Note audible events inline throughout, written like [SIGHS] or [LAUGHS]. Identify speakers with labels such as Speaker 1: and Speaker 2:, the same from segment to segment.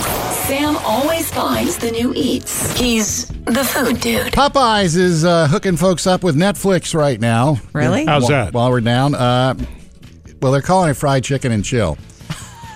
Speaker 1: Sam always finds the new eats. He's the food dude.
Speaker 2: Popeyes is uh, hooking folks up with Netflix right now.
Speaker 3: Really?
Speaker 2: While-
Speaker 4: How's that?
Speaker 2: While we're down, uh, well, they're calling it fried chicken and chill.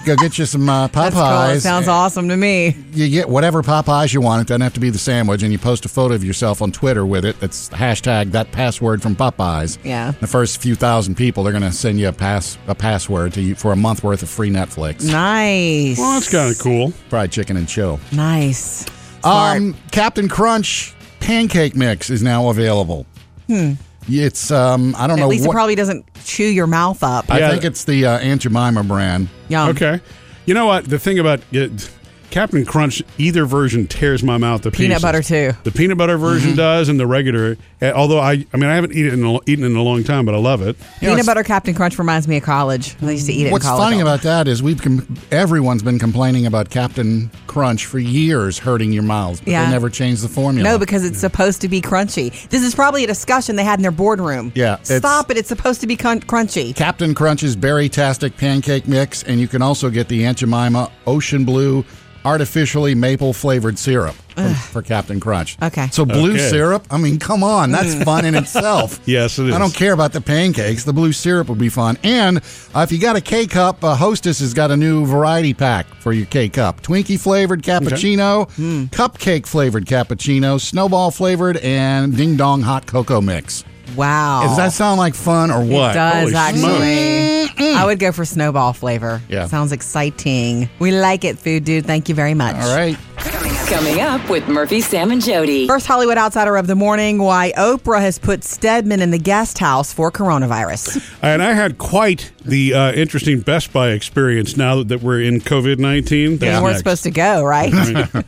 Speaker 2: Go get you some uh,
Speaker 3: [LAUGHS] That's cool. It
Speaker 2: Popeyes.
Speaker 3: Sounds awesome to me.
Speaker 2: you get whatever Popeyes you want. It doesn't have to be the sandwich, and you post a photo of yourself on Twitter with it. That's hashtag that password from Popeyes.
Speaker 3: Yeah.
Speaker 2: The first few thousand people, they're going to send you a pass a password to you for a month worth of free Netflix,
Speaker 3: Nice.
Speaker 4: Well, that's kind of cool.
Speaker 2: fried chicken and chill.
Speaker 3: nice.
Speaker 2: Um, Captain Crunch pancake mix is now available. Hmm. It's um, I don't
Speaker 3: At
Speaker 2: know
Speaker 3: least it
Speaker 2: what.
Speaker 3: probably doesn't chew your mouth up.
Speaker 2: I
Speaker 4: Yeah.
Speaker 2: think it's the uh, Aunt Jemima brand.
Speaker 3: Yum.
Speaker 4: Okay. You know what? The thing about it, Captain Crunch, either version tears my mouth to
Speaker 3: Peanut
Speaker 4: pieces.
Speaker 3: butter, too. Mm-hmm.
Speaker 4: The peanut butter version does, and the regular. uh, Although I, I mean, I haven't eaten it in a, eaten it in a long time, but I love it.
Speaker 3: Peanut
Speaker 2: it's-
Speaker 3: butter Captain Crunch reminds me of college. I used to eat it
Speaker 2: What's
Speaker 3: in college.
Speaker 2: funny about that is we've com- everyone's been complaining about Captain Crunch for years, hurting your mouths, but
Speaker 3: Yeah.
Speaker 2: they never changed the formula.
Speaker 3: no, because it's supposed to be crunchy. This is probably a discussion they had in their boardroom.
Speaker 2: Yeah, it's-
Speaker 3: Stop it. It's supposed to be crun- crunchy.
Speaker 2: Captain Crunch's berry-tastic pancake mix, and you can also get the Aunt Jemima Ocean Blue artificially maple flavored syrup for, for Captain Crunch.
Speaker 3: Okay. Mm.
Speaker 2: So blue
Speaker 4: Okay.
Speaker 2: syrup, I mean, come on, that's fun
Speaker 3: [LAUGHS]
Speaker 2: in itself.
Speaker 4: Yes, it is.
Speaker 2: I don't care about the pancakes. The blue syrup would be fun. And uh, if you got a K cup, uh, Hostess has got a new variety pack for your K cup: Twinkie flavored cappuccino,
Speaker 3: Hmm.
Speaker 2: cupcake flavored cappuccino, snowball flavored, and ding dong hot cocoa mix.
Speaker 3: Wow.
Speaker 2: Does that sound like fun or what?
Speaker 3: It does
Speaker 4: Holy
Speaker 3: actually. I would go for snowball flavor.
Speaker 2: Yeah.
Speaker 3: Sounds exciting. We like it, food dude. Thank you very much.
Speaker 2: All right.
Speaker 1: Coming up with Murphy, Sam, and Jody.
Speaker 3: First Hollywood Outsider of the morning, why Oprah has put Stedman in the guest house for
Speaker 2: [LAUGHS]
Speaker 3: coronavirus.
Speaker 4: And I had quite the uh, interesting Best Buy experience. Now that we're in COVID nineteen,
Speaker 3: we weren't supposed to go, right?
Speaker 2: Mm-hmm.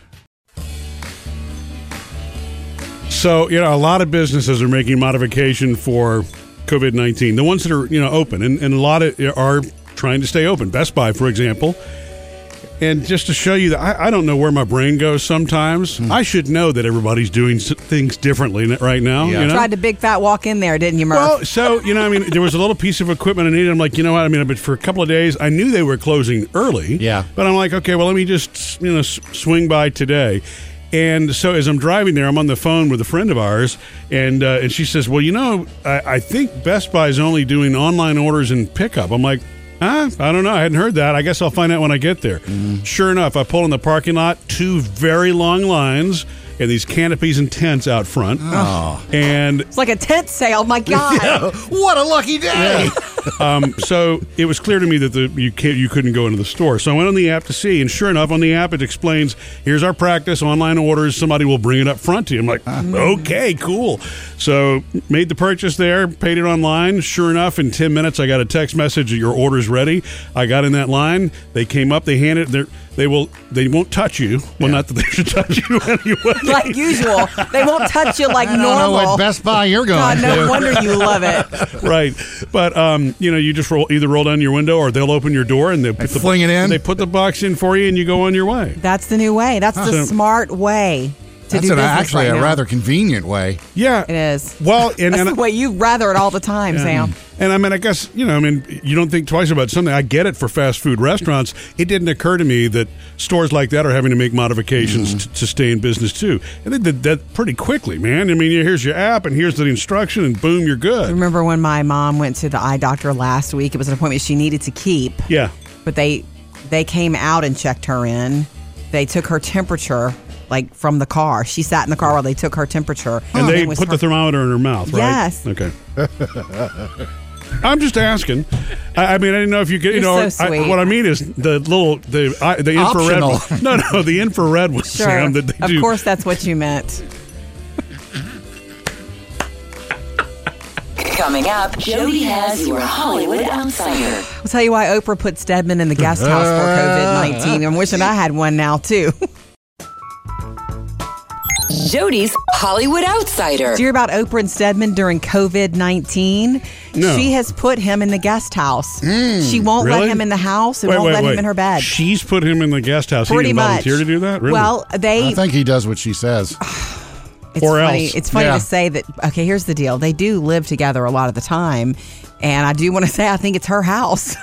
Speaker 4: So, you know, a lot of businesses are making modification for COVID 19. The ones that are, you know, open, and, and a lot of are trying to stay open. Best Buy, for example. And just to show you that I, I don't know where my brain goes sometimes, I should know that everybody's doing s- things differently n- right now.
Speaker 2: Yeah.
Speaker 4: You know?
Speaker 3: Tried to big fat walk in there, didn't you, Murph?
Speaker 4: Well, so you know, I mean, there was a little piece of equipment I needed. I'm like, you know what? I mean, but for a couple of days, I knew they were closing early.
Speaker 2: Yeah.
Speaker 4: But I'm like, okay, well, let me just you know s- swing by today. And so as I'm driving there, I'm on the phone with a friend of ours, and uh, and she says, well, you know, I, I think Best Buy is only doing online orders and pickup. I'm like. Huh? I don't know. I hadn't heard that. I guess I'll find out when I get there. Sure enough, I pull in the parking lot, two very long lines, and these canopies and tents out front. Oh. And
Speaker 3: it's like a tent sale.
Speaker 2: [LAUGHS]
Speaker 3: My God.
Speaker 2: Oh, What a lucky day! [LAUGHS]
Speaker 4: um, so it was clear to me that the you can't, you couldn't go into the store. So I went on the app to see, and sure enough, on the app it explains here's our practice, online orders. Somebody will bring it up front to you. I'm like, okay, cool. So made the purchase there, paid it online. Sure enough, in ten minutes I got a text message that your order's ready. I got in that line. They came up. They handed they they will they won't touch you. Well, not that they should touch you [LAUGHS] anyway.
Speaker 3: Like usual. They won't touch you like
Speaker 2: I don't know
Speaker 3: normal.
Speaker 2: what Best Buy you're going
Speaker 3: God, no
Speaker 2: to.
Speaker 3: wonder you love
Speaker 2: [LAUGHS]
Speaker 3: it.
Speaker 4: right. But um, you know, you just roll either roll down your window or they'll open your door and they put the,
Speaker 2: fling it in.
Speaker 4: They put the box in for you and you go on your way.
Speaker 3: That's the new way. That's the
Speaker 4: Awesome.
Speaker 3: smart way to
Speaker 2: That's
Speaker 3: do
Speaker 2: an,
Speaker 3: business
Speaker 2: actually
Speaker 3: right
Speaker 2: a
Speaker 3: now.
Speaker 2: rather convenient way.
Speaker 4: Yeah.
Speaker 3: It is.
Speaker 4: Well, and
Speaker 3: That's
Speaker 4: and,
Speaker 3: the way you rather it all the time, Sam.
Speaker 4: and I mean, I guess you know, I mean, you don't think twice about something. I get it for fast food restaurants. It didn't occur to me that stores like that are having to make modifications
Speaker 2: Mm-hmm.
Speaker 4: t- to stay in business too. And they did that pretty quickly, man. I mean, here's your app and here's the instruction, and boom, you're
Speaker 2: Mm-hmm.
Speaker 4: good.
Speaker 3: Remember when my mom went to the eye doctor last week? It was an appointment she needed to keep,
Speaker 4: Yeah.
Speaker 3: but they they came out and checked her in. They took her temperature like from the car. She sat in the car while they took her temperature.
Speaker 4: And they
Speaker 3: it Oh, was
Speaker 4: put
Speaker 3: her-
Speaker 4: the thermometer in her mouth, right?
Speaker 3: Yes.
Speaker 4: Okay. [LAUGHS] I'm just asking. I, I mean, I didn't know if you get. You
Speaker 3: You're
Speaker 4: know,
Speaker 3: so
Speaker 4: I-
Speaker 3: sweet.
Speaker 4: what I mean is the little the I, the infrared.
Speaker 2: Optional.
Speaker 4: One. [LAUGHS] No, no, the infrared one,
Speaker 3: Sure.
Speaker 4: Sam. That they
Speaker 3: of
Speaker 4: do.
Speaker 3: course that's what you meant.
Speaker 1: Coming up, Jody has your Hollywood Outsider.
Speaker 3: I'll tell you why Oprah put Stedman in the guest house for COVID nineteen. I'm wishing I had one now too. [LAUGHS]
Speaker 1: Jody's Hollywood Outsider.
Speaker 3: Did you hear about Oprah and Stedman during COVID 19?
Speaker 4: No. Hmm,
Speaker 3: She has put him in the guest house. she won't let
Speaker 4: Really?
Speaker 3: him in the house and
Speaker 4: Wait,
Speaker 3: won't
Speaker 4: wait,
Speaker 3: let
Speaker 4: wait.
Speaker 3: him in her bed.
Speaker 4: She's put him in the guest house.
Speaker 3: pretty
Speaker 4: he didn't
Speaker 3: much.
Speaker 4: volunteer to do that. Really?
Speaker 3: Well,
Speaker 2: I
Speaker 3: they.
Speaker 2: think he does what she says.
Speaker 3: Ah. It's
Speaker 4: or
Speaker 3: funny.
Speaker 4: else.
Speaker 3: It's funny
Speaker 2: Yeah.
Speaker 3: to say that. Okay, here's the [LAUGHS] deal. They do live together a lot of the time, and I do want to say I think it's her house.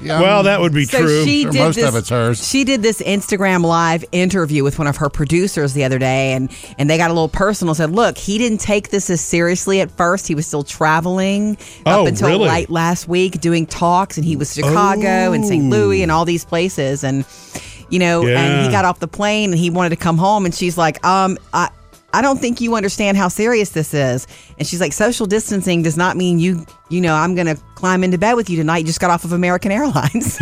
Speaker 2: Yeah,
Speaker 4: well, that would be
Speaker 3: so
Speaker 4: true.
Speaker 3: she
Speaker 2: Sure,
Speaker 3: did
Speaker 2: most of
Speaker 3: this-
Speaker 2: it's hers.
Speaker 3: She did this Instagram live interview with one of her producers the other day, and and they got a little personal. Said, look, he didn't take this as seriously at first. He was still traveling
Speaker 4: Oh,
Speaker 3: up until
Speaker 4: really?
Speaker 3: late last week, doing talks, and he was to Chicago and St. Louis and all these places, and you know, and
Speaker 4: Oh. Yeah.
Speaker 3: he got off the plane and he wanted to come home, and she's like, um, I. I don't think you understand how serious this is. And she's like, social distancing does not mean you, you know, I'm going to climb into bed with you tonight. You just got off of American Airlines.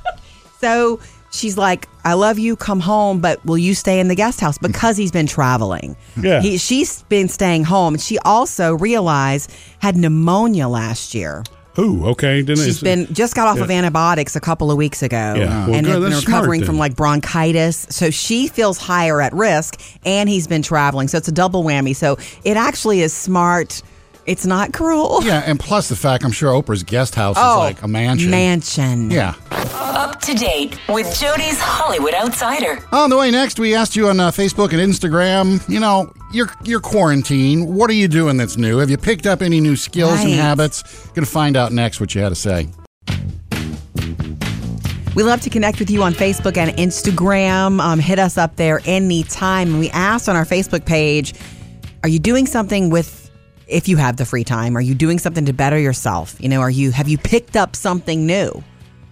Speaker 3: [LAUGHS] So she's like, I love you, come home, but will you stay in the guest house? Because he's been traveling.
Speaker 4: Yeah.
Speaker 3: He, she's been staying home. And she also realized had pneumonia last year.
Speaker 4: Ooh, okay. Didn't
Speaker 3: She's
Speaker 4: it-
Speaker 3: been just got off of antibiotics a couple of weeks ago
Speaker 4: Yeah. Well,
Speaker 3: and
Speaker 4: good.
Speaker 3: has been
Speaker 4: That's smart
Speaker 3: recovering
Speaker 4: then.
Speaker 3: from like bronchitis. So she feels higher at risk and he's been traveling. So it's a double whammy. So it actually is smart. It's not cruel.
Speaker 2: Yeah, and plus the fact I'm sure Oprah's guest house
Speaker 3: Oh,
Speaker 2: is like a mansion.
Speaker 3: Mansion.
Speaker 2: Yeah.
Speaker 1: Up to date with Jody's Hollywood Outsider.
Speaker 2: On the way next, we asked you on uh, Facebook and Instagram. You know, your your quarantine. What are you doing that's new? Have you picked up any new skills and
Speaker 3: Right.
Speaker 2: habits? Going to find out next what you had to say.
Speaker 3: We love to connect with you on Facebook and Instagram. Um, hit us up there anytime. And we asked on our Facebook page, are you doing something with if you have the free time? Are you doing something to better yourself? You know, are you have you picked up something new?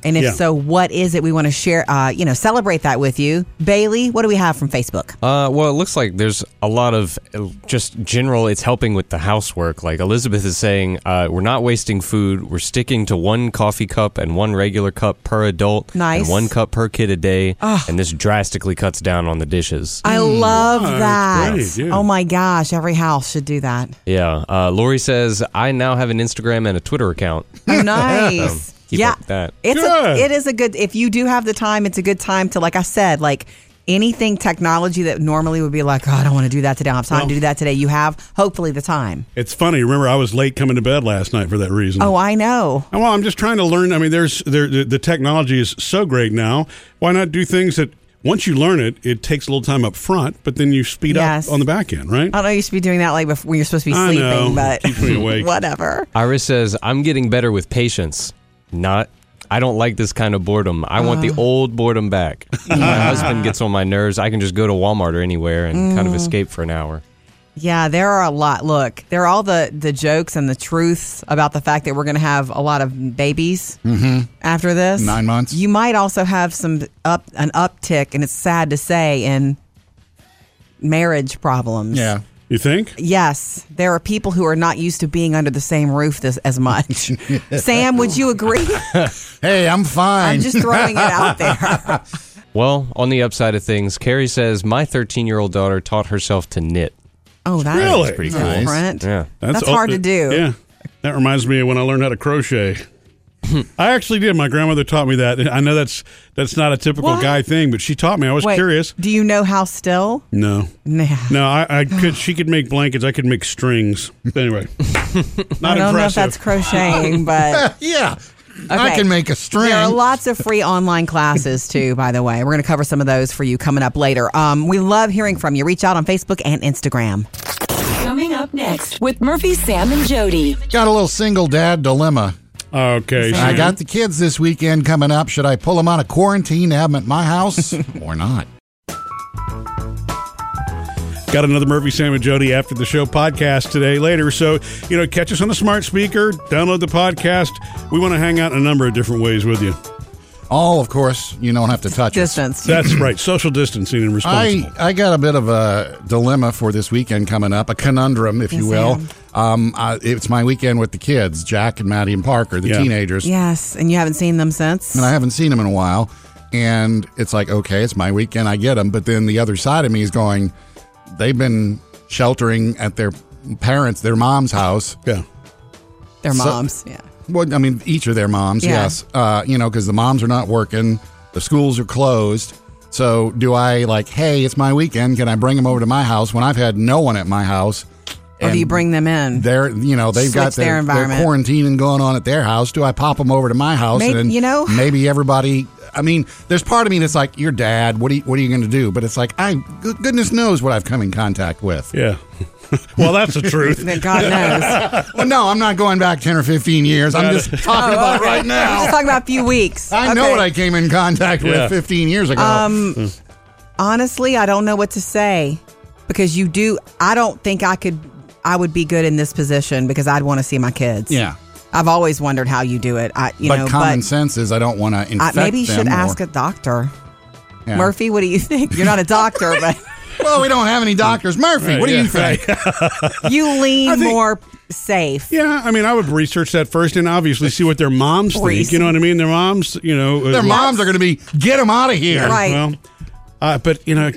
Speaker 3: And if
Speaker 4: Yeah.
Speaker 3: so, what is it? We want to share, uh, you know, celebrate that with you. Bailey, what do we have from Facebook?
Speaker 5: Uh, well, it looks like there's a lot of uh, just general. It's helping with the housework. Like Elizabeth is saying, uh, we're not wasting food. We're sticking to one coffee cup and one regular cup per adult.
Speaker 3: Nice.
Speaker 5: And one cup per kid a day. And this drastically cuts down on the dishes.
Speaker 3: I love
Speaker 4: Oh, that's
Speaker 3: that.
Speaker 4: great, yeah.
Speaker 3: Oh my gosh, every house should do that.
Speaker 5: yeah. Uh, Lori says, I now have an Instagram and a Twitter account.
Speaker 4: [LAUGHS]
Speaker 3: Oh, nice.
Speaker 5: keep
Speaker 3: yeah,
Speaker 5: up with that.
Speaker 3: it's
Speaker 4: Good.
Speaker 3: a, it is a good. If you do have the time, it's a good time to, like I said, like anything technology that normally would be like, oh, I don't want to do that today. I don't have time
Speaker 4: Well-
Speaker 3: to do that today. You have hopefully the time.
Speaker 4: It's funny. Remember, I was late coming to bed last night for that reason.
Speaker 3: Oh, I know.
Speaker 4: Well, I'm just trying to learn. I mean, there's there, the, the technology is so great now. Why not do things that once you learn it, it takes a little time up front, but then you speed
Speaker 3: Yes. Uh,
Speaker 4: up on the back end, right?
Speaker 3: I don't know. You should be doing that like before when you're supposed to be
Speaker 4: I
Speaker 3: sleeping,
Speaker 4: know.
Speaker 3: but
Speaker 4: Keeps me awake.
Speaker 3: [LAUGHS] whatever.
Speaker 5: Iris says, I'm getting better with patience. Not. I don't like this kind of boredom. I want the old boredom back. My husband gets on my nerves. I can just go to Walmart or anywhere and kind
Speaker 3: Mm.
Speaker 5: of escape for an hour.
Speaker 3: Yeah, there are a lot. Look, there are all the the jokes and the truths about the fact that we're going to have a lot of babies after this
Speaker 2: Nine months.
Speaker 3: You might also have some up an uptick, and it's sad to say, in marriage problems.
Speaker 2: Yeah.
Speaker 4: You think?
Speaker 3: Yes, there are people who are not used to being under the same roof this, as much. Sam, would you agree?
Speaker 2: Hey, I'm fine.
Speaker 3: I'm just throwing it out there.
Speaker 5: Well, on the upside of things, Carrie says my 13-year-old daughter taught herself to knit.
Speaker 3: [LAUGHS] Oh, that's
Speaker 4: Really?
Speaker 5: Pretty cool.
Speaker 2: Nice.
Speaker 3: different.
Speaker 5: Yeah.
Speaker 3: That's, hard to do.
Speaker 4: Yeah. That reminds me of when I learned how
Speaker 3: [LAUGHS]
Speaker 4: to crochet. I actually did. My grandmother taught me that. I know that's that's not a typical
Speaker 3: What?
Speaker 4: guy thing, but she taught me. I was
Speaker 3: Wait,
Speaker 4: curious.
Speaker 3: Do you know how still?
Speaker 4: No.
Speaker 3: Nah.
Speaker 4: No, I,
Speaker 3: [SIGHS]
Speaker 4: I could. She could make blankets. I could make strings.
Speaker 3: [LAUGHS]
Speaker 4: Anyway,
Speaker 3: I
Speaker 4: not
Speaker 3: don't know if
Speaker 4: impressive.
Speaker 3: that's
Speaker 2: [LAUGHS]
Speaker 3: crocheting, but
Speaker 2: [LAUGHS] yeah. I
Speaker 3: Okay.
Speaker 2: can make a string.
Speaker 3: There are lots of free online classes too, by the way. We're going to cover some of those for you coming up later. Um, we love hearing from you. Reach out on Facebook and Instagram.
Speaker 1: Coming up next with Murphy, Sam, and Jody.
Speaker 2: Got a little single dad dilemma.
Speaker 4: okay.
Speaker 2: I
Speaker 4: so-
Speaker 2: got the kids this weekend coming up. Should I pull them out of quarantine, have them at my house, [LAUGHS] or not?
Speaker 4: Got another Murphy, Sam, and Jody after the show podcast today later. So, you know, catch us on the smart speaker, download the podcast. We want to hang out in a number of different ways with you.
Speaker 2: All, of course, you don't have to touch us.
Speaker 3: Distance.
Speaker 4: That's right. Social distancing and responsible.
Speaker 2: I, I got a bit of a dilemma for this weekend coming up, a conundrum, if you
Speaker 3: Yes,
Speaker 2: will. Um, I, it's my weekend with the kids, Jack and Maddie and Parker, the
Speaker 4: Yeah.
Speaker 2: teenagers.
Speaker 3: Yes, and you haven't seen them since.
Speaker 2: And I haven't seen them in a while. And it's like, okay, it's my weekend, I get them. But then the other side of me is going, they've been sheltering at their parents, their mom's house.
Speaker 4: yeah.
Speaker 3: Their
Speaker 2: So-
Speaker 3: moms. yeah.
Speaker 2: Well, I mean, each of their moms,
Speaker 3: Yeah.
Speaker 2: yes. Uh, you know, because the moms are not working, the schools are closed. So do I like, hey, it's my weekend. Can I bring them over to my house when I've had no one at my house?
Speaker 3: Or Oh, do
Speaker 2: And
Speaker 3: you bring them in?
Speaker 2: They're, you know, they've got
Speaker 3: Switch their
Speaker 2: their,
Speaker 3: environment.
Speaker 2: quarantining going on at their house. Do I pop them over to my house?
Speaker 3: Maybe-
Speaker 2: and then
Speaker 3: you know- [LAUGHS]
Speaker 2: maybe everybody. I mean, there's part of me that's like, your dad. What are you, what are you going to do? But it's like, I good- goodness knows what I've come in contact with.
Speaker 4: Yeah. [LAUGHS] well, that's the truth.
Speaker 3: Then
Speaker 2: [LAUGHS]
Speaker 3: God knows.
Speaker 2: Well, no, I'm not going back 10 or 15 years. I'm just talking about right
Speaker 3: I'm Oh, just
Speaker 2: now.
Speaker 3: talking about a few weeks.
Speaker 2: I know
Speaker 3: Okay. Um,
Speaker 2: what I came in contact
Speaker 4: Yeah.
Speaker 2: with 15 years ago.
Speaker 3: Honestly, I don't know what to say because you do. I don't think I could. I would be good in this position because I'd want to see my kids.
Speaker 2: yeah.
Speaker 3: I've always wondered how you do it. I, you
Speaker 2: But
Speaker 3: know,
Speaker 2: common
Speaker 3: but
Speaker 2: sense is I don't want to
Speaker 3: I,
Speaker 2: infect
Speaker 3: maybe you should
Speaker 2: them or-
Speaker 3: ask a doctor.
Speaker 2: Yeah.
Speaker 3: Murphy, what do you [LAUGHS] think? You're not
Speaker 2: [LAUGHS]
Speaker 3: a doctor, but
Speaker 2: Well, we don't have any doctors. Murphy, what do
Speaker 4: yeah,
Speaker 2: you think?
Speaker 3: you lean
Speaker 4: I think-
Speaker 3: more safe.
Speaker 4: Yeah, I mean, I would research that first and obviously see what their moms think. You know what I mean? Their moms, you know, uh,
Speaker 2: Their moms are going to be, get them out of here.
Speaker 3: Right.
Speaker 4: Well, uh, but you know,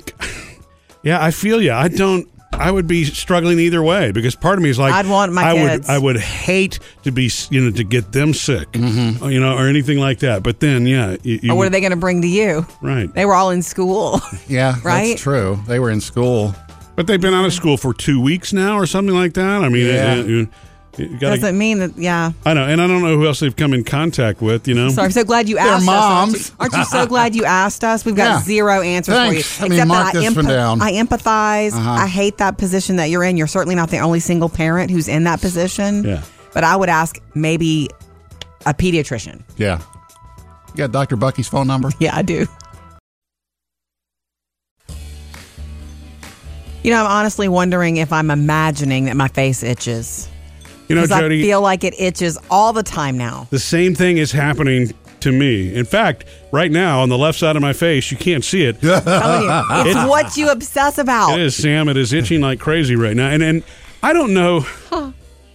Speaker 4: [LAUGHS] yeah, I feel you. I don't. I would be struggling either way because part of me is like,
Speaker 3: I'd want my
Speaker 4: I
Speaker 3: kids.
Speaker 4: would, I would hate to be, s- you know, to get them sick, or, you know, or anything like that. But then, yeah, you, you
Speaker 3: Mm-hmm. Or what are
Speaker 4: would-
Speaker 3: they going to bring to you?
Speaker 4: Right.
Speaker 3: They were all
Speaker 2: [LAUGHS]
Speaker 3: in school.
Speaker 2: Yeah,
Speaker 3: Right?
Speaker 2: that's true. They were in school.
Speaker 4: But they've been out of school for two weeks now, or something like that. I mean,
Speaker 2: Yeah.
Speaker 4: it- it- you, you gotta-
Speaker 3: Doesn't mean that. Yeah.
Speaker 4: I know, and I don't know who else they've come in contact with. You know,
Speaker 3: Sorry, I'm so glad you asked
Speaker 2: moms.
Speaker 3: us. Aren't you, aren't you so glad you asked us? We've got
Speaker 2: Yeah.
Speaker 3: zero answers
Speaker 2: Thanks.
Speaker 3: for you.
Speaker 2: I mean, mark
Speaker 3: that I,
Speaker 2: this one down. Uh-huh.
Speaker 3: I empathize. I hate that position that you're in. You're certainly not the only single parent who's in that position.
Speaker 4: Yeah.
Speaker 3: But I would ask maybe a pediatrician.
Speaker 2: Yeah. You got Dr. Bucky's phone number?
Speaker 3: Yeah, I do. You know, I'm honestly wondering if I'm imagining that my face itches.
Speaker 4: you know,
Speaker 3: Because I
Speaker 4: Jody.
Speaker 3: feel like it itches all the
Speaker 2: [LAUGHS]
Speaker 3: time now.
Speaker 4: The same thing is happening to me. In fact, right now on the left side of my face, you can't see it. it
Speaker 3: I'm telling you, it's what you obsess about.
Speaker 4: is Sam. It is itching like crazy right now, and and I don't know.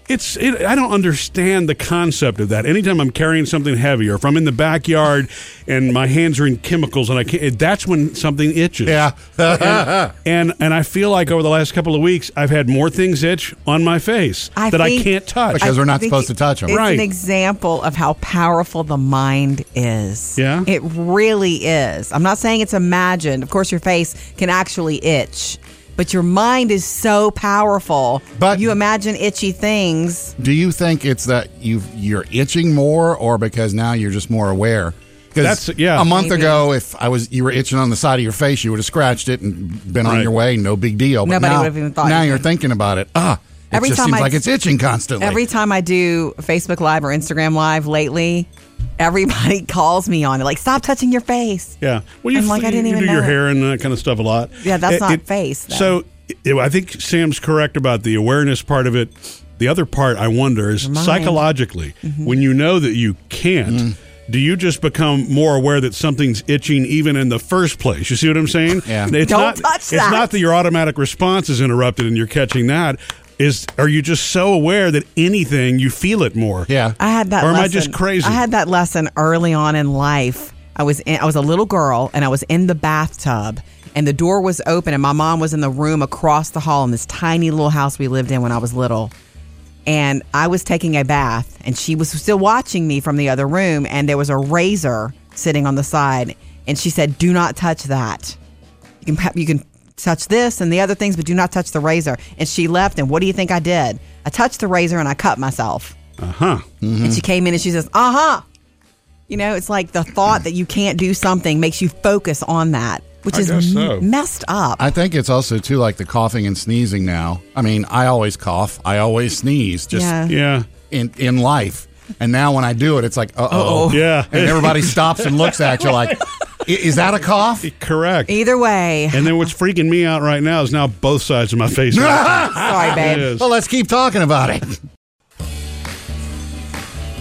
Speaker 4: It's it, I don't understand the concept of that. Anytime I'm carrying something heavy, or if I'm in the backyard and my hands are in chemicals, and I can't, that's when something itches.
Speaker 2: Yeah.
Speaker 4: and and I feel like over the last couple of weeks, I've had more things itch on my face
Speaker 3: I
Speaker 4: that I
Speaker 3: think-
Speaker 4: can't touch.
Speaker 2: Because we're not
Speaker 3: think
Speaker 2: supposed to touch 'em.
Speaker 3: It's
Speaker 4: Right.
Speaker 3: an example of how powerful the mind is.
Speaker 4: Yeah.
Speaker 3: It really is. I'm not saying it's imagined. Of course, your face can actually itch, but your mind is so powerful.
Speaker 2: But-
Speaker 3: you imagine itchy things.
Speaker 2: Do you think it's that you've, you're itching more or because now you're just more aware? 'Cause
Speaker 4: That's- yeah.
Speaker 2: A month
Speaker 3: Maybe.
Speaker 2: ago, if I was you were itching on the side of your face, you would have scratched it and been on
Speaker 4: Right.
Speaker 2: your way, no big deal. But
Speaker 3: Nobody
Speaker 2: now,
Speaker 3: would have even thought
Speaker 2: Now
Speaker 3: you
Speaker 2: you're
Speaker 3: did.
Speaker 2: thinking about it. Ah, it
Speaker 3: Every
Speaker 2: just
Speaker 3: time
Speaker 2: seems
Speaker 3: I-
Speaker 2: like it's itching constantly.
Speaker 3: Every time I do Facebook Live or Instagram Live lately, everybody [LAUGHS] calls me on it. Like, stop touching your face.
Speaker 4: Yeah. Well, you,
Speaker 3: I'm like, I didn't
Speaker 4: you
Speaker 3: even
Speaker 4: do your
Speaker 3: know.
Speaker 4: hair and that kind of stuff a lot.
Speaker 3: Yeah, that's not face, though.
Speaker 4: So it, I think Sam's correct about the awareness part of it. The other part I wonder is
Speaker 3: mind. Mm-hmm.
Speaker 4: psychologically, when you know that you can't,
Speaker 2: Mm.
Speaker 4: do you just become more aware that something's itching even in the first place? You see what I'm saying?
Speaker 2: Yeah.
Speaker 4: It's
Speaker 3: Don't
Speaker 4: not,
Speaker 3: touch
Speaker 4: It's
Speaker 3: that.
Speaker 4: not that your automatic response is interrupted and you're catching that. Is are you just so aware that anything you feel it more?
Speaker 2: yeah.
Speaker 3: I had that.
Speaker 4: Or am I
Speaker 3: lesson.
Speaker 4: just crazy?
Speaker 3: I had that lesson early on in life. I was in, I was a little girl and I was in the bathtub and the door was open and my mom was in the room across the hall in this tiny little house we lived in when I was little. And I was taking a bath and she was still watching me from the other room and there was a razor sitting on the side and she said, "Do not touch that." you can you can touch this and the other things, but do not touch the razor. And she left. And what do you think I did? I touched the razor and I cut myself. Uh
Speaker 4: Uh-huh.
Speaker 3: huh. And she
Speaker 4: Mm.
Speaker 3: came in and she says, "Uh huh." You know, it's like the thought that you can't do something makes you focus on that, which
Speaker 4: I
Speaker 3: is
Speaker 4: guess
Speaker 3: m-
Speaker 4: so.
Speaker 3: messed up.
Speaker 2: I think it's also too like the coughing and sneezing now. I mean, I always cough, I always sneeze, just
Speaker 3: Yeah.
Speaker 4: Yeah.
Speaker 2: in in life. And now when I do it, it's like, uh oh,
Speaker 4: Yeah.
Speaker 2: and everybody stops and looks at you
Speaker 4: [LAUGHS]
Speaker 2: like, "I- is that a cough?
Speaker 4: Correct.
Speaker 3: Either
Speaker 4: [LAUGHS]
Speaker 3: way,
Speaker 4: And then what's freaking me out right now is now both sides of my
Speaker 3: [LAUGHS]
Speaker 4: face.
Speaker 3: sorry,
Speaker 4: It
Speaker 3: babe.
Speaker 4: is.
Speaker 2: Well, let's keep talking about it.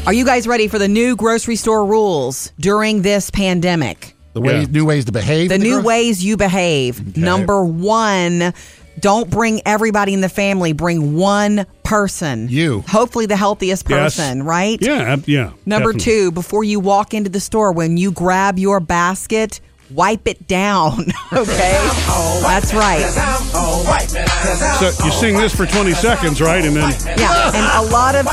Speaker 3: Are you guys ready for the new grocery store rules during this pandemic?
Speaker 2: The way,
Speaker 4: Yeah.
Speaker 2: new ways to behave.
Speaker 3: The
Speaker 2: in
Speaker 3: new
Speaker 2: gro-
Speaker 3: ways you behave. Number one, don't bring everybody in the family. Bring one person.
Speaker 2: You.
Speaker 3: Hopefully the healthiest
Speaker 4: Yes.
Speaker 3: person, right?
Speaker 4: Yeah, ab- yeah.
Speaker 3: Number
Speaker 4: definitely.
Speaker 3: two, before you walk into the store, when you grab your basket, wipe it down. [LAUGHS] Okay? That's right.
Speaker 4: So you sing this for 20 seconds, right? And then
Speaker 3: Yeah. And a lot of,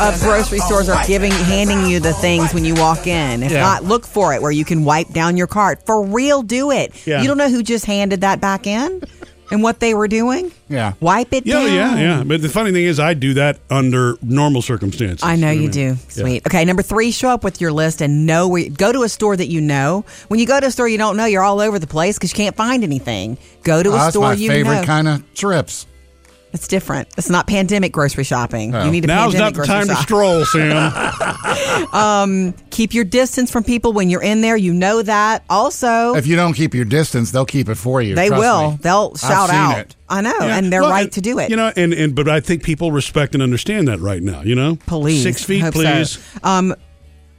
Speaker 3: of grocery stores are giving handing you the things when you walk in. If
Speaker 2: Yeah.
Speaker 3: not, look for it where you can wipe down your cart. For real, do it.
Speaker 4: Yeah.
Speaker 3: You don't know who just handed that back in and what they were doing.
Speaker 2: Yeah.
Speaker 3: Wipe it
Speaker 4: yeah,
Speaker 3: down.
Speaker 4: yeah, yeah. But the funny thing is, I do that under normal circumstances.
Speaker 3: I know
Speaker 4: what
Speaker 3: you
Speaker 4: mean?
Speaker 3: do.
Speaker 4: Yeah.
Speaker 3: Sweet. Okay, number three, show up with your list and know where. Go to a store that you know. When you go to a store you don't know, you're all over the place because you can't find anything. Go to
Speaker 2: Oh,
Speaker 3: a
Speaker 2: that's
Speaker 3: store
Speaker 2: my
Speaker 3: you
Speaker 2: favorite
Speaker 3: know.
Speaker 2: kind of trips.
Speaker 3: It's different. It's not pandemic grocery shopping. You need a
Speaker 4: Oh. Now's
Speaker 3: pandemic
Speaker 4: not the
Speaker 3: grocery
Speaker 4: time to
Speaker 3: shop.
Speaker 4: stroll, Sam.
Speaker 3: Keep your distance from people when you're in there. You know that. Also,
Speaker 2: If you don't keep your distance, they'll keep it for you.
Speaker 3: Oh. they
Speaker 2: trust
Speaker 3: will.
Speaker 2: me.
Speaker 3: They'll
Speaker 2: I've
Speaker 3: shout
Speaker 2: seen
Speaker 3: out.
Speaker 2: it.
Speaker 3: I know,
Speaker 4: Yeah.
Speaker 3: [LAUGHS] and they're
Speaker 4: Look,
Speaker 3: right to do it.
Speaker 4: You know, and, and but I think people respect and understand that right now. You know,
Speaker 3: please,
Speaker 4: six feet,
Speaker 3: Hope so.
Speaker 4: please.
Speaker 3: Um,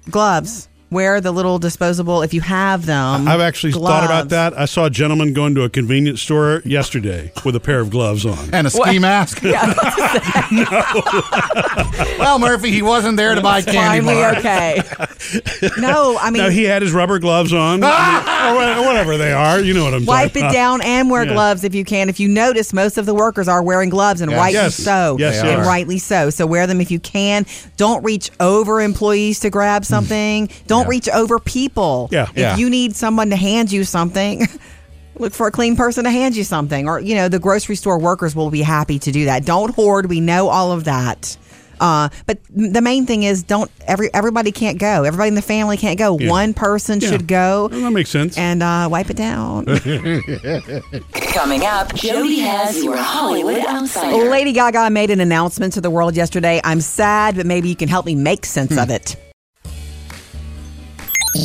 Speaker 3: gloves. Wear the little disposable if you have them.
Speaker 4: I've actually thought about
Speaker 3: gloves.
Speaker 4: that. I saw a gentleman go into a convenience store yesterday with a pair of gloves on.
Speaker 2: And a ski
Speaker 3: [LAUGHS]
Speaker 2: mask. [LAUGHS] well, Murphy, he wasn't there to buy candy
Speaker 3: Finally,
Speaker 2: bars.
Speaker 3: okay. no, I mean,
Speaker 4: Now he had his rubber gloves
Speaker 3: [LAUGHS]
Speaker 4: on, or wha- whatever they are. You know what I'm
Speaker 3: wipe
Speaker 4: talking
Speaker 3: it
Speaker 4: about.
Speaker 3: down and wear
Speaker 4: [LAUGHS] Yeah.
Speaker 3: gloves if you can. If you notice, most of the workers are wearing gloves, and
Speaker 2: Yes.
Speaker 3: rightly
Speaker 4: Yes.
Speaker 3: so.
Speaker 4: Yes,
Speaker 2: they
Speaker 3: and
Speaker 2: are.
Speaker 3: rightly so. So wear them if you can. Don't reach over employees to grab something. Don't reach over people.
Speaker 4: Mm. Yeah.
Speaker 3: If
Speaker 5: Yeah.
Speaker 3: you need someone to hand you something. [LAUGHS] Look for a clean person to hand you something, or you know, the grocery store workers will be happy to do that. Don't hoard. We know all of that. Uh, but the main thing is, don't every everybody can't go. Everybody in the family can't go.
Speaker 4: Yeah.
Speaker 3: One person
Speaker 4: Yeah.
Speaker 3: should go
Speaker 4: Well, that makes sense.
Speaker 3: and uh, wipe it
Speaker 4: [LAUGHS]
Speaker 3: down.
Speaker 1: Coming up, Jody has your Hollywood outsider.
Speaker 3: Lady Gaga made an announcement to the world yesterday. I'm sad, but maybe you can help me make sense of
Speaker 2: Hmm.
Speaker 3: it.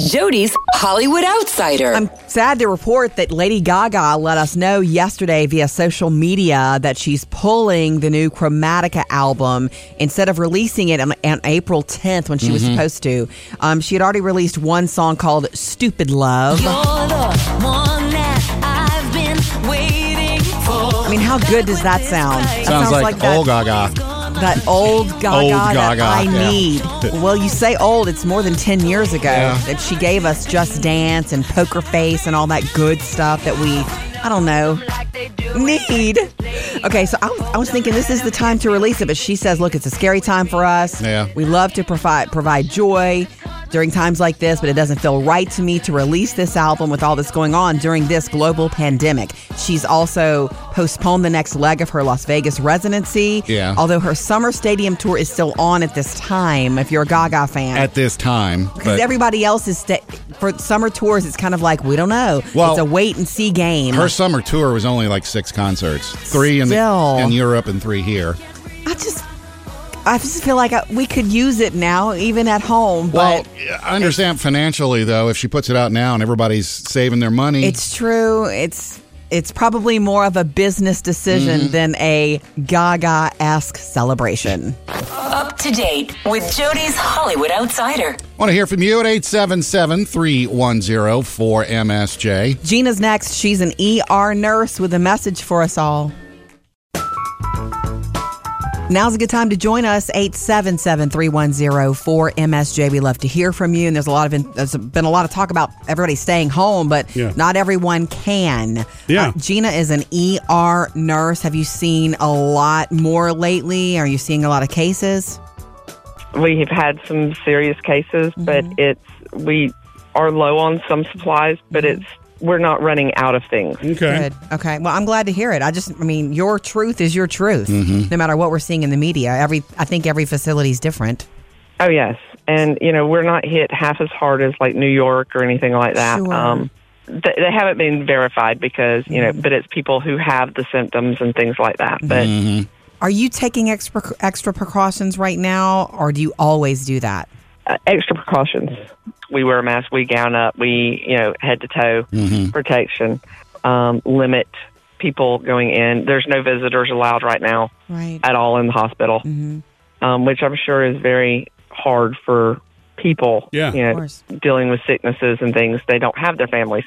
Speaker 1: Jody's Hollywood outsider.
Speaker 3: I'm sad to report that Lady Gaga let us know yesterday via social media that she's pulling the new Chromatica album instead of releasing it on, on April 10th when she was
Speaker 2: Mm-hmm.
Speaker 3: supposed to. Um, she had already released one song called Stupid Love.
Speaker 6: You're the one that I've been waiting for.
Speaker 3: I mean, how good does that sound? That
Speaker 2: Sounds like,
Speaker 3: that-
Speaker 2: old Gaga.
Speaker 3: that old Gaga,
Speaker 2: Old Gaga,
Speaker 3: that I
Speaker 2: yeah.
Speaker 3: need. well, you say old, it's more than 10 years ago that she gave us Just Dance and Poker Face and all that good stuff that we, I don't know, need. Okay, so I was, I was thinking this is the time to release it, but she says, look, it's a scary time for us.
Speaker 2: Yeah.
Speaker 3: We love to provide, provide joy during times like this, but it doesn't feel right to me to release this album with all that's going on during this global pandemic. She's also postponed the next leg of her Las Vegas residency.
Speaker 2: Yeah.
Speaker 3: Although her summer stadium tour is still on at this time, if you're a Gaga fan.
Speaker 2: At this time.
Speaker 3: because
Speaker 2: but-
Speaker 3: everybody else is sta- for summer tours, it's kind of like we don't know.
Speaker 2: Well,
Speaker 3: it's a wait and see game.
Speaker 2: Her summer tour was only like six concerts, three in
Speaker 3: Still.
Speaker 2: the, in Europe and three here.
Speaker 3: I just, I just feel like I, we could use it now, even at home.
Speaker 2: Well,
Speaker 3: but
Speaker 2: I understand financially though. If she puts it out now and everybody's saving their money,
Speaker 3: It's true. It's it's probably more of a business decision
Speaker 2: Mm-hmm.
Speaker 3: than a Gaga esque celebration.
Speaker 1: Up to date with Jody's Hollywood outsider.
Speaker 2: want to hear from you at 877-310-4MSJ.
Speaker 3: Gina's next. She's an ER nurse with a message for us all. Now's a good time to join us, 877-310-4MSJ. We love to hear from you. And there's a lot of, there's been a lot of talk about everybody staying home, but
Speaker 4: Yeah.
Speaker 3: not everyone can. Uh,
Speaker 4: Yeah.
Speaker 3: Gina is an ER nurse. Have you seen a lot more lately? Are you seeing a lot of cases?
Speaker 7: we have had some serious cases, but it's we are low on some supplies, but it's we're not running out of things.
Speaker 4: okay.
Speaker 3: Good. Okay. Well, I'm glad to hear it. I just, I mean, your truth is your truth, no matter what we're seeing in the media. Every, I think every facility is different.
Speaker 7: Oh yes, and you know we're not hit half as hard as like New York or anything like that.
Speaker 3: Sure.
Speaker 7: th- they haven't been verified because you know, but it's people who have the symptoms and things like that. But
Speaker 3: Are you taking extra extra precautions right now, or do you always do that?
Speaker 7: uh, extra precautions. We wear a mask, we gown up, we you know head to toe protection. Um, limit people going in. There's no visitors allowed right now.
Speaker 3: Right.
Speaker 7: at all in the hospital,
Speaker 3: Mm-hmm.
Speaker 7: um, which I'm sure is very hard for people.
Speaker 4: Yeah.
Speaker 7: you
Speaker 3: Of
Speaker 7: know,
Speaker 3: course.
Speaker 7: dealing with sicknesses and things they don't have their families,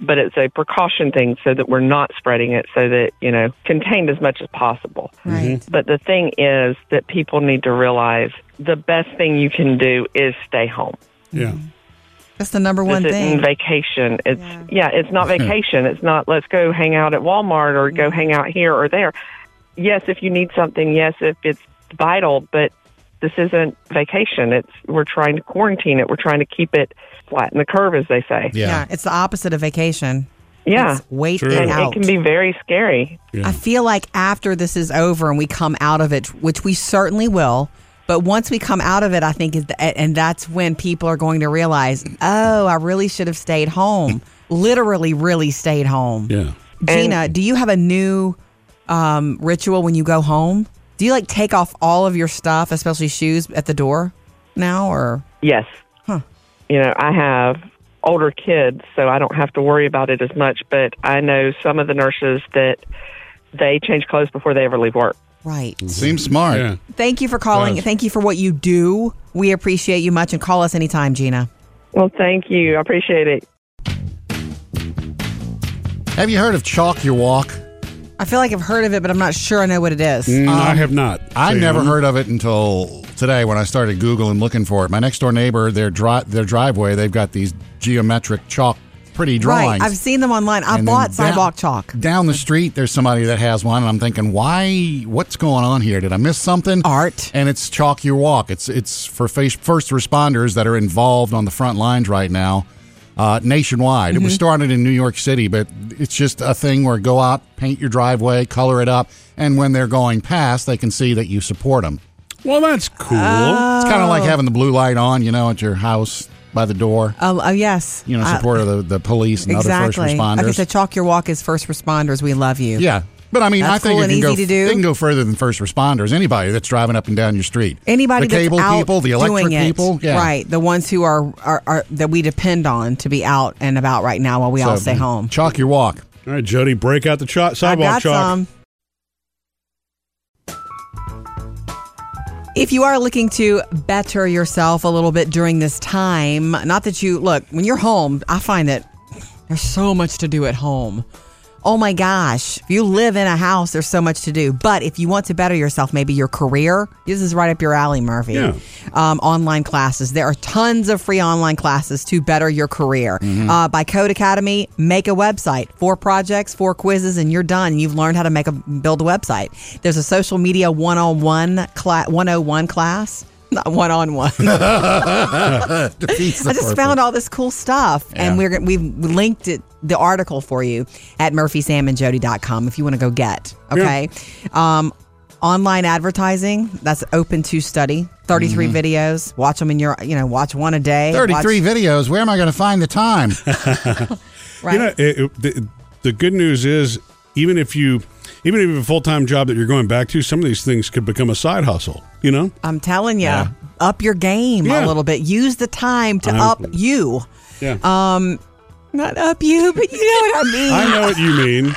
Speaker 7: but it's a precaution thing so that we're not spreading it, so that you know contained as much as possible.
Speaker 3: Right.
Speaker 7: But the thing is that people need to realize the best thing you can do is stay home.
Speaker 4: Yeah.
Speaker 3: That's the number
Speaker 7: This
Speaker 3: one
Speaker 7: isn't
Speaker 3: thing.
Speaker 7: vacation. It's yeah. it's not vacation. It's not let's go hang out at Walmart or go hang out here or there. Yes, if you need something, yes, if it's vital, but this isn't vacation. It's we're trying to quarantine it. We're trying to keep it flatten the curve, as they say.
Speaker 2: Yeah.
Speaker 3: it's the opposite of vacation.
Speaker 7: Yeah,
Speaker 3: It's wait
Speaker 4: True.
Speaker 3: it
Speaker 7: and
Speaker 3: out.
Speaker 7: it can be very scary.
Speaker 3: I feel like after this is over and we come out of it, which we certainly will. But once we come out of it, I think, is the, and that's when people are going to realize, oh, I really should have stayed
Speaker 4: [LAUGHS]
Speaker 3: home. Literally, really stayed home.
Speaker 4: Yeah.
Speaker 3: Gina, do you have a new um, ritual when you go home? Do you like take off all of your stuff, especially shoes, at the door now? Or
Speaker 7: Yes. You know, I have older kids, so I don't have to worry about it as much, but I know some of the nurses that they change clothes before they ever leave work.
Speaker 3: right?
Speaker 2: Seems smart.
Speaker 4: Yeah.
Speaker 3: Thank you for calling.
Speaker 4: Mm. Yes.
Speaker 3: Thank you for what you do. We appreciate you much, and call us anytime, Gina.
Speaker 7: Well, thank you. I appreciate it.
Speaker 2: Have you heard of Chalk Your Walk?
Speaker 3: I feel like I've heard of it, but I'm not sure I know what it is.
Speaker 4: Mm, I
Speaker 3: Um,
Speaker 4: have not.
Speaker 2: I
Speaker 4: Sam.
Speaker 2: never heard of it until today when I started Googling looking for it. My next door neighbor, their dri- their driveway, they've got these geometric chalk pretty drawings.
Speaker 3: Right, I've seen them online.
Speaker 2: And
Speaker 3: I
Speaker 2: then
Speaker 3: bought
Speaker 2: down-
Speaker 3: sidewalk chalk.
Speaker 2: Down the street, there's somebody that has one, and I'm thinking, why? What's going on here? Did I miss something?
Speaker 3: Art.
Speaker 2: And it's chalk your walk. It's it's for face, first responders that are involved on the front lines right now, uh, nationwide.
Speaker 3: Mm-hmm.
Speaker 2: It was started in New York City, but it's just a thing where go out, paint your driveway, color it up, and when they're going past, they can see that you support them.
Speaker 4: Well, that's cool.
Speaker 3: Uh,
Speaker 2: It's kind of like having the blue light on, you know, at your house by the door.
Speaker 3: Oh, oh yes.
Speaker 2: You know,
Speaker 3: I-
Speaker 2: support of the, the police and
Speaker 3: exactly.
Speaker 2: other first responders.
Speaker 3: Okay, so chalk your walk is first responders. We love you.
Speaker 2: Yeah. But I mean,
Speaker 3: That's
Speaker 2: I think
Speaker 3: cool
Speaker 2: it
Speaker 3: and
Speaker 2: can go,
Speaker 3: easy to do.
Speaker 2: It can go further than first responders. Anybody that's driving up and down your street,
Speaker 3: Anybody
Speaker 2: the
Speaker 3: that's
Speaker 2: cable
Speaker 3: out
Speaker 2: people, the electric
Speaker 3: doing it,
Speaker 2: people, yeah.
Speaker 3: right? The ones who are, are are that we depend on to be out and about right now while we all
Speaker 2: So, mm.
Speaker 3: stay home.
Speaker 2: Chalk your walk. [LAUGHS]
Speaker 4: All right, Jody, break out the cho-
Speaker 3: I
Speaker 4: sidewalk
Speaker 3: got
Speaker 4: chalk.
Speaker 3: some. If you are looking to better yourself a little bit during this time, not that you look, when you're home, I find that there's so much to do at home. Oh my gosh, if you live in a house, there's so much to do. But if you want to better yourself, maybe your career, this is right up your alley, Murphy.
Speaker 4: Yeah.
Speaker 3: Um, online classes. There are tons of free online classes to better your career. Uh, by Code Academy, make a website. Four projects, four quizzes, and you're done. You've learned how to make a build a website. There's a social media one on one class, 101 class. Not one on one.
Speaker 2: Defeats the
Speaker 3: I just
Speaker 2: purpose.
Speaker 3: found all this cool stuff,
Speaker 2: Yeah.
Speaker 3: and we're gonna- we've linked it the article for you at murphysamandjody.com if you want to go get. Okay, um, online advertising that's open to study. 33
Speaker 4: Mm-hmm.
Speaker 3: videos. Watch them in your you know watch one a day.
Speaker 2: thirty-three videos. Where am I going to find the time? [LAUGHS]
Speaker 3: Watch- right.
Speaker 4: You know, it, it- the, the good news is even if you even if you have a full time job that you're going back to, some of these things could become a side hustle. You know,
Speaker 3: I'm telling you, up your game a
Speaker 4: Yeah.
Speaker 3: little bit. Use the time to
Speaker 4: I'm-
Speaker 3: up you.
Speaker 4: yeah,
Speaker 3: Not up you, but you know what I mean.
Speaker 4: [LAUGHS] I know what you
Speaker 3: [LAUGHS]
Speaker 4: mean.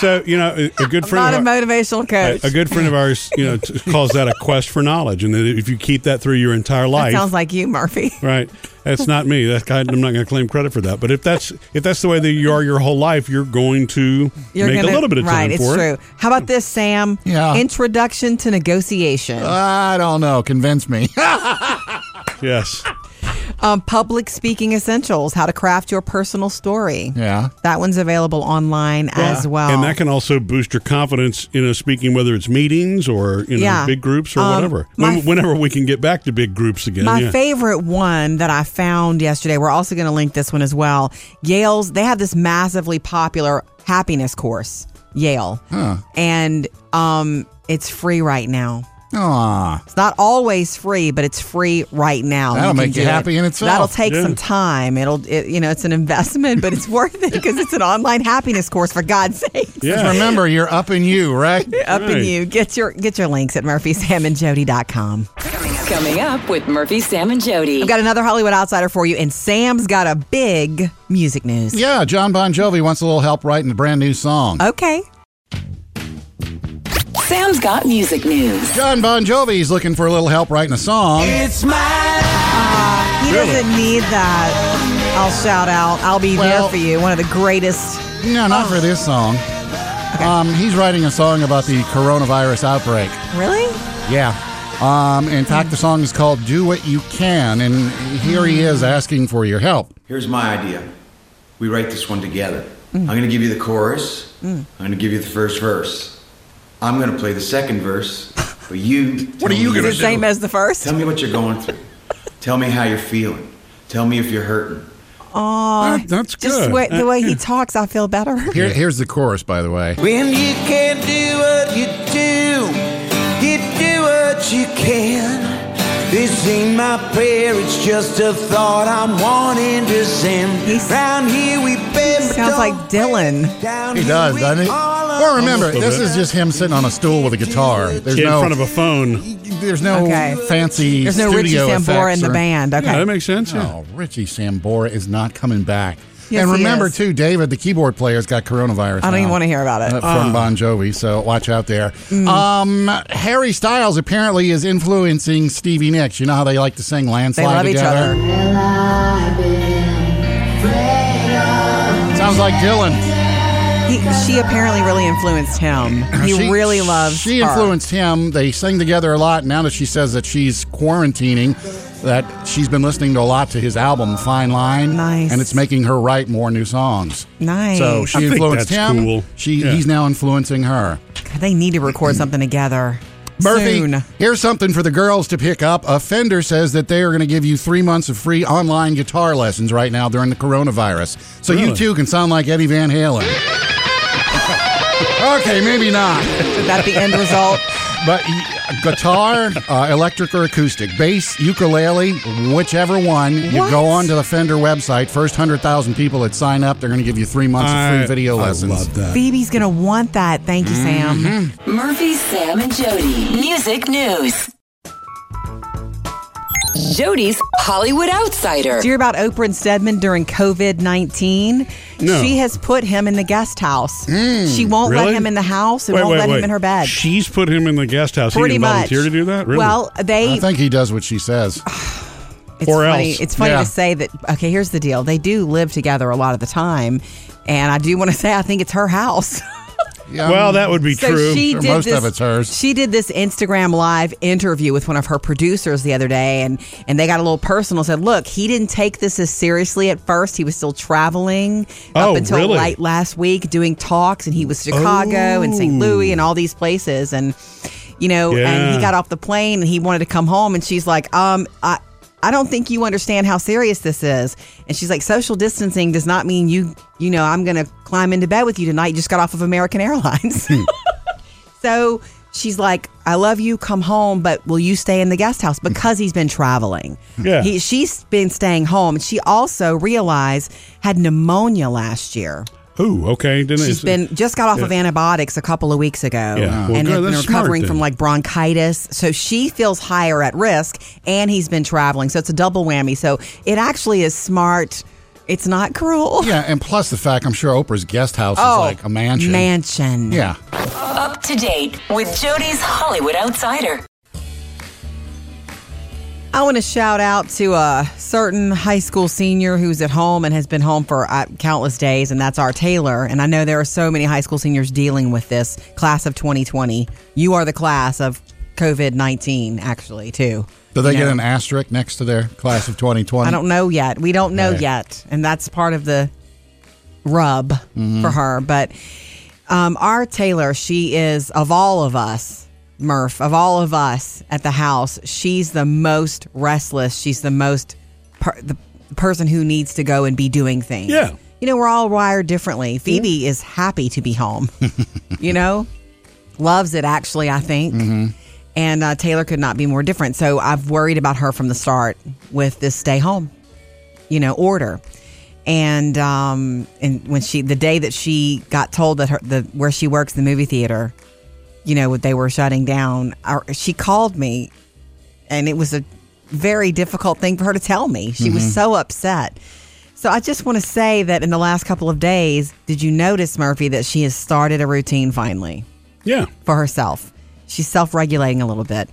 Speaker 4: So you know, a, a good
Speaker 3: I'm
Speaker 4: friend,
Speaker 3: not a
Speaker 4: of our-
Speaker 3: motivational coach.
Speaker 4: a, a good friend of ours, you know,
Speaker 3: [LAUGHS]
Speaker 4: t- calls that a quest for knowledge, and that if you keep that through your entire
Speaker 3: that
Speaker 4: life,
Speaker 3: sounds like you, Murphy.
Speaker 4: Right. That's not me. That guy, I'm not going to claim credit for that. But if that's if that's the way that you are your whole life, you're going to
Speaker 3: You're
Speaker 4: make
Speaker 3: gonna,
Speaker 4: a little bit of time
Speaker 3: right,
Speaker 4: for
Speaker 3: it's
Speaker 4: it.
Speaker 3: true. How about this, Sam?
Speaker 2: Yeah. Uh.
Speaker 3: Introduction to negotiation,
Speaker 2: I don't know. Convince me. [LAUGHS]
Speaker 4: Yes.
Speaker 3: um, public speaking essentials, how to craft your personal story.
Speaker 2: yeah.
Speaker 3: That one's available online as well.
Speaker 4: And that can also boost your confidence in a speaking, whether it's meetings or you know
Speaker 3: Yeah.
Speaker 4: big groups or
Speaker 3: Um,
Speaker 4: whatever.
Speaker 3: my
Speaker 4: When,
Speaker 3: f-
Speaker 4: whenever we can get back to big groups again.
Speaker 3: My
Speaker 4: yeah.
Speaker 3: favorite one that I found yesterday, we're also going to link this one as well. Yale's, they have this massively popular happiness course, Yale. And um, it's free right now.
Speaker 2: Aw.
Speaker 3: It's not always free, but it's free right now.
Speaker 2: That'll
Speaker 3: can
Speaker 2: make you
Speaker 3: do it.
Speaker 2: happy in itself.
Speaker 3: That'll take
Speaker 4: Yeah.
Speaker 3: some time. It'll, it, you know, it's an investment, but it's [LAUGHS] worth it because it's an online happiness course. For God's sake,
Speaker 4: Yeah.
Speaker 2: Remember, you're up in you,
Speaker 3: [LAUGHS]
Speaker 2: right?
Speaker 3: up in
Speaker 4: Right.
Speaker 3: you. Get your get your links at murphysamandjody.com.
Speaker 1: Coming up with Murphy, Sam, and Jody.
Speaker 3: I've got another Hollywood outsider for you, and Sam's got a big music news.
Speaker 2: Yeah. John Bon Jovi wants a little help writing a brand new song.
Speaker 3: Okay.
Speaker 1: Sam's got music news.
Speaker 2: John Bon Jovi's looking for a little help writing a song.
Speaker 3: He doesn't need that. I'll shout out. I'll be
Speaker 2: Well-
Speaker 3: there for you. One of the greatest.
Speaker 2: No, not for
Speaker 3: Oh.
Speaker 2: this song. Um, he's writing a song about the coronavirus outbreak.
Speaker 3: Really?
Speaker 2: Yeah. Um, in fact, the song is called Do What You Can, and here he is asking for your help.
Speaker 8: Here's my idea. We write this one together.
Speaker 3: Mm.
Speaker 8: I'm going to give you the chorus. I'm going to give you the first verse. I'm going to play the second verse. But you. [LAUGHS] What
Speaker 2: are you
Speaker 3: Is it the same as the first?
Speaker 8: Tell me what you're
Speaker 3: [LAUGHS]
Speaker 8: going through. Tell me how you're feeling. Tell me if you're hurting.
Speaker 4: That- that's good.
Speaker 3: Just wait, the way he talks, I feel better.
Speaker 2: Here, here's the chorus, by the way.
Speaker 9: When you can't do what you do, you do what you can. This ain't my prayer, it's just a thought I'm wanting to send.
Speaker 3: He's-
Speaker 9: Round here we bend, but
Speaker 3: Sounds like
Speaker 9: don't
Speaker 3: Dylan.
Speaker 9: break. Down
Speaker 2: He
Speaker 9: here
Speaker 2: does,
Speaker 9: we
Speaker 2: doesn't he?
Speaker 9: all
Speaker 2: Well, remember, this is just him sitting on a stool with a guitar. There's
Speaker 4: in
Speaker 2: no,
Speaker 4: front of a phone.
Speaker 2: there's no
Speaker 3: Okay.
Speaker 2: fancy.
Speaker 3: There's no Richie
Speaker 2: studio
Speaker 3: Sambora in
Speaker 2: effects
Speaker 3: the
Speaker 2: or-
Speaker 3: band. Okay.
Speaker 4: Yeah, that makes sense. Yeah.
Speaker 2: No, Oh, Richie Sambora is not coming back.
Speaker 3: Yes,
Speaker 2: and
Speaker 3: he
Speaker 2: remember
Speaker 3: is.
Speaker 2: too, David, the keyboard player's got coronavirus.
Speaker 3: I don't even
Speaker 2: now.
Speaker 3: wanna hear about it. Oh. Mm.
Speaker 2: Uh, from Bon Jovi, so watch out there. Um, Harry Styles apparently is influencing Stevie Nicks. You know how they like to sing
Speaker 3: they
Speaker 2: "Landslide"
Speaker 3: love each
Speaker 2: together.
Speaker 3: other.
Speaker 2: Sounds like Dylan.
Speaker 3: He, she apparently really influenced him. He
Speaker 2: She-
Speaker 3: really loves.
Speaker 2: She
Speaker 3: her.
Speaker 2: influenced him. They sing together a lot. Now that she says that she's quarantining, that she's been listening to a lot to his album Fine Line,
Speaker 3: Nice.
Speaker 2: and it's making her write more new songs.
Speaker 3: Nice.
Speaker 2: So she
Speaker 4: I think
Speaker 2: influenced
Speaker 4: that's
Speaker 2: him.
Speaker 4: cool.
Speaker 2: She
Speaker 4: Yeah.
Speaker 2: he's now influencing her.
Speaker 3: God, they need to record something together.
Speaker 2: Murphy,
Speaker 3: Soon.
Speaker 2: here's something for the girls to pick up. A Fender says that they are going to give you three months of free online guitar lessons right now during the coronavirus. So you
Speaker 4: Really?
Speaker 2: too can sound like Eddie Van Halen. okay, maybe not.
Speaker 3: Is that the end result?
Speaker 2: But y- guitar, uh, electric or acoustic, bass, ukulele, whichever one, you
Speaker 3: What?
Speaker 2: go on to the Fender website. First 100,000 people that sign up, they're going to give you three months of
Speaker 4: I-
Speaker 2: free video
Speaker 4: I
Speaker 2: lessons.
Speaker 4: love that.
Speaker 3: Phoebe's gonna want that. Thank you, Sam.
Speaker 1: Murphy, Sam, and Jody. Music news. Jody's Hollywood Outsider.
Speaker 3: Do you hear about Oprah and Stedman during COVID 19?
Speaker 4: No.
Speaker 3: She has put him in the guest house. she won't let
Speaker 4: Really?
Speaker 3: him in the house and
Speaker 4: Wait,
Speaker 3: won't
Speaker 4: wait,
Speaker 3: let
Speaker 4: wait.
Speaker 3: him in her bed.
Speaker 4: She's put him in the guest house.
Speaker 3: pretty
Speaker 4: he didn't
Speaker 3: much.
Speaker 4: volunteer to do that. Really?
Speaker 3: Well, they.
Speaker 2: I think he does what she says.
Speaker 3: it's
Speaker 4: or
Speaker 3: funny,
Speaker 4: else.
Speaker 3: It's funny
Speaker 2: Yeah.
Speaker 3: to say that. Okay, here's the deal. They do live together a lot of the time, and I do want to [LAUGHS] say I think it's her house.
Speaker 2: Yeah,
Speaker 4: well, that would be
Speaker 3: um, so
Speaker 4: true.
Speaker 3: she
Speaker 2: Sure,
Speaker 3: did
Speaker 2: most
Speaker 3: this,
Speaker 2: of it's hers.
Speaker 3: She did this Instagram live interview with one of her producers the other day, and and they got a little personal. Said, look, he didn't take this as seriously at first. He was still traveling
Speaker 4: Oh,
Speaker 3: up until
Speaker 4: really?
Speaker 3: late last week, doing talks, and he was Chicago and St. Louis and all these places, and you know, and he
Speaker 4: Oh. Yeah.
Speaker 3: got off the plane and he wanted to come home, and she's like, um, I. I don't think you understand how serious this is. And she's like, social distancing does not mean you, you know, I'm going to climb into bed with you tonight. You just got off of American Airlines. [LAUGHS] So she's like, I love you, come home, but will you stay in the guest house? Because he's been traveling.
Speaker 4: Yeah.
Speaker 3: He, she's been staying home. And she also realized had pneumonia last year.
Speaker 4: Ooh, okay. Didn't
Speaker 3: She's
Speaker 4: it-
Speaker 3: been just got off of antibiotics a couple of weeks ago
Speaker 4: Yeah. Well,
Speaker 3: and
Speaker 4: good,
Speaker 3: has been
Speaker 4: that's smart
Speaker 3: recovering
Speaker 4: then.
Speaker 3: from like bronchitis. So she feels higher at risk and he's been traveling. So it's a double whammy. So it actually is smart. It's not cruel.
Speaker 2: Yeah, and plus the fact I'm sure Oprah's guest house
Speaker 3: Oh,
Speaker 2: is like a mansion.
Speaker 3: Mansion.
Speaker 2: Yeah.
Speaker 1: Up to date with Jody's Hollywood Outsider.
Speaker 3: I want to shout out to a certain high school senior who's at home and has been home for uh, countless days, and that's our Taylor. And I know there are so many high school seniors dealing with this class of 2020. You are the class of COVID 19, actually, too.
Speaker 2: Do they
Speaker 3: You
Speaker 2: get
Speaker 3: know?
Speaker 2: an asterisk next to their class of 2020?
Speaker 3: I don't know yet. We don't know
Speaker 2: Mm. Right.
Speaker 3: yet, and that's part of the rub for her. But um, our Taylor, she is of all of us, Murph, of all of us at the house, she's the most restless. She's the most per- the person who needs to go and be doing things.
Speaker 4: Yeah.
Speaker 3: you know we're all wired differently. Phoebe is happy to be home. you know, loves it. Actually, I think and uh, Taylor could not be more different. So I've worried about her from the start with this stay home, you know, order. And um, and when she the day that she got told that her the where she works the movie theater, you know, what they were shutting down, our, she called me, and it was a very difficult thing for her to tell me. She was so upset. So I just want to say that in the last couple of days, did you notice Murphy that she has started a routine finally?
Speaker 4: Yeah.
Speaker 3: for herself. She's self regulating a little bit.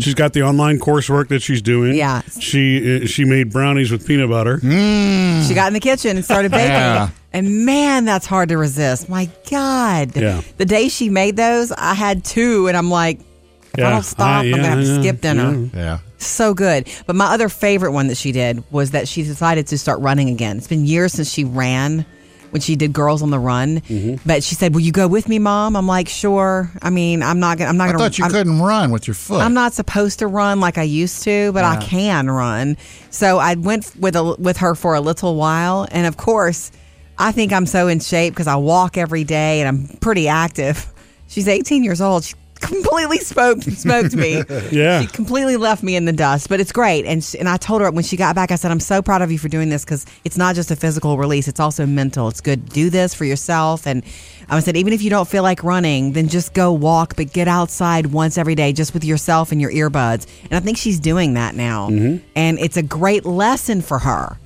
Speaker 4: She's got the online coursework that she's doing.
Speaker 3: Yeah.
Speaker 4: She uh, she made brownies with peanut butter.
Speaker 2: Mm.
Speaker 3: She got in the kitchen and started baking.
Speaker 2: Yeah.
Speaker 3: And man, that's hard to resist. My God.
Speaker 4: Yeah.
Speaker 3: The day she made those, I had two, and I'm like, if I
Speaker 4: Yeah.
Speaker 3: don't stop,
Speaker 4: Ah,
Speaker 3: I'm
Speaker 4: yeah,
Speaker 3: going to have
Speaker 4: yeah,
Speaker 3: to skip dinner.
Speaker 4: yeah.
Speaker 2: Yeah.
Speaker 3: So good. But my other favorite one that she did was that she decided to start running again. It's been years since she ran when she did Girls on the Run.
Speaker 4: Mm-hmm.
Speaker 3: But she said, Will you go with me, Mom? I'm like, Sure. I mean, I'm not going to. I'm
Speaker 2: I
Speaker 3: not going
Speaker 2: thought you couldn't run with your foot.
Speaker 3: I'm not supposed to run like I used to, but I can run. So I went f- with a, with her for a little while, and of course, I think I'm so in shape because I walk every day and I'm pretty active. She's 18 years old. She [LAUGHS] completely smoked smoked me.
Speaker 4: Yeah.
Speaker 3: she completely left me in the dust. But it's great, and she, and I told her when she got back, I said, "I'm so proud of you for doing this because it's not just a physical release; it's also mental. It's good to do this for yourself." And I said, even if you don't feel like running, then just go walk, but get outside once every day, just with yourself and your earbuds. And I think she's doing that now, and it's a great lesson for her.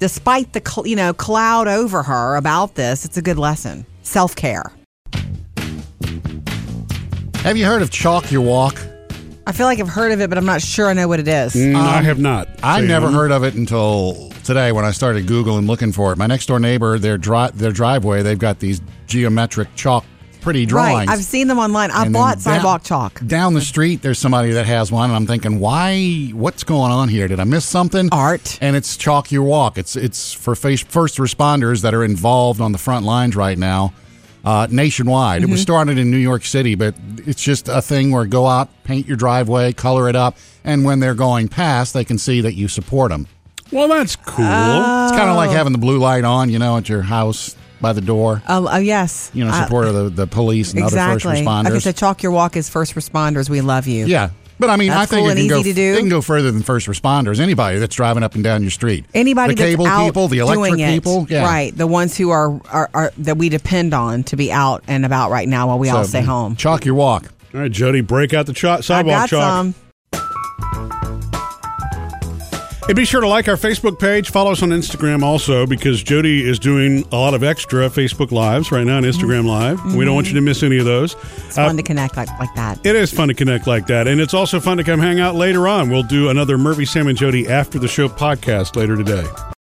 Speaker 3: Despite the cl- you know cloud over her about this, it's a good lesson. Self care.
Speaker 2: Have you heard of Chalk Your Walk?
Speaker 3: I feel like I've heard of it, but I'm not sure I know what it is.
Speaker 4: Mm, I have not.
Speaker 2: I
Speaker 4: Sam.
Speaker 2: never heard of it until today when I started Googling looking for it. My next door neighbor, their dri- their driveway, they've got these geometric chalk pretty drawings.
Speaker 3: Right. I've seen them online. I
Speaker 2: And then
Speaker 3: bought
Speaker 2: down-
Speaker 3: sidewalk chalk.
Speaker 2: Down the street, there's somebody that has one, and I'm thinking, why? What's going on here? Did I miss something?
Speaker 3: Art.
Speaker 2: And it's chalk your walk. It's it's for face, first responders that are involved on the front lines right now, uh, nationwide.
Speaker 3: Mm-hmm.
Speaker 2: It was started in New York City, but it's just a thing where go out, paint your driveway, color it up, and when they're going past, they can see that you support them.
Speaker 4: Well, that's cool.
Speaker 3: Uh,
Speaker 2: It's kind of like having the blue light on, you know, at your house by the door.
Speaker 3: Oh, oh yes.
Speaker 2: You know,
Speaker 3: I-
Speaker 2: support of the, the police and
Speaker 3: exactly.
Speaker 2: other first responders.
Speaker 3: Okay, so chalk your walk is first responders. We love you.
Speaker 2: Yeah. But I mean,
Speaker 3: That's
Speaker 2: I think
Speaker 3: cool
Speaker 2: it
Speaker 3: and
Speaker 2: can go,
Speaker 3: easy to do.
Speaker 2: It can go further than first responders. Anybody that's driving up and down your street,
Speaker 3: Anybody
Speaker 2: the
Speaker 3: that's
Speaker 2: cable
Speaker 3: out
Speaker 2: people, the electric
Speaker 3: doing it,
Speaker 2: people, yeah.
Speaker 3: right? The ones who are, are are that we depend on to be out and about right now while we all
Speaker 2: So, mm.
Speaker 3: stay home.
Speaker 2: Chalk your walk.
Speaker 4: All right, Jody, break out the chalk,
Speaker 3: I
Speaker 4: sidewalk
Speaker 3: got
Speaker 4: chalk.
Speaker 3: some.
Speaker 4: And be sure to like our Facebook page. Follow us on Instagram also because Jody is doing a lot of extra Facebook Lives right now on Instagram Live. We don't want you to miss any of those.
Speaker 3: It's fun to
Speaker 2: Uh,
Speaker 3: connect like, like that.
Speaker 4: It is fun to connect like that. And it's also fun to come hang out later on. We'll do another Murphy, Sam, and Jody After the Show podcast later today.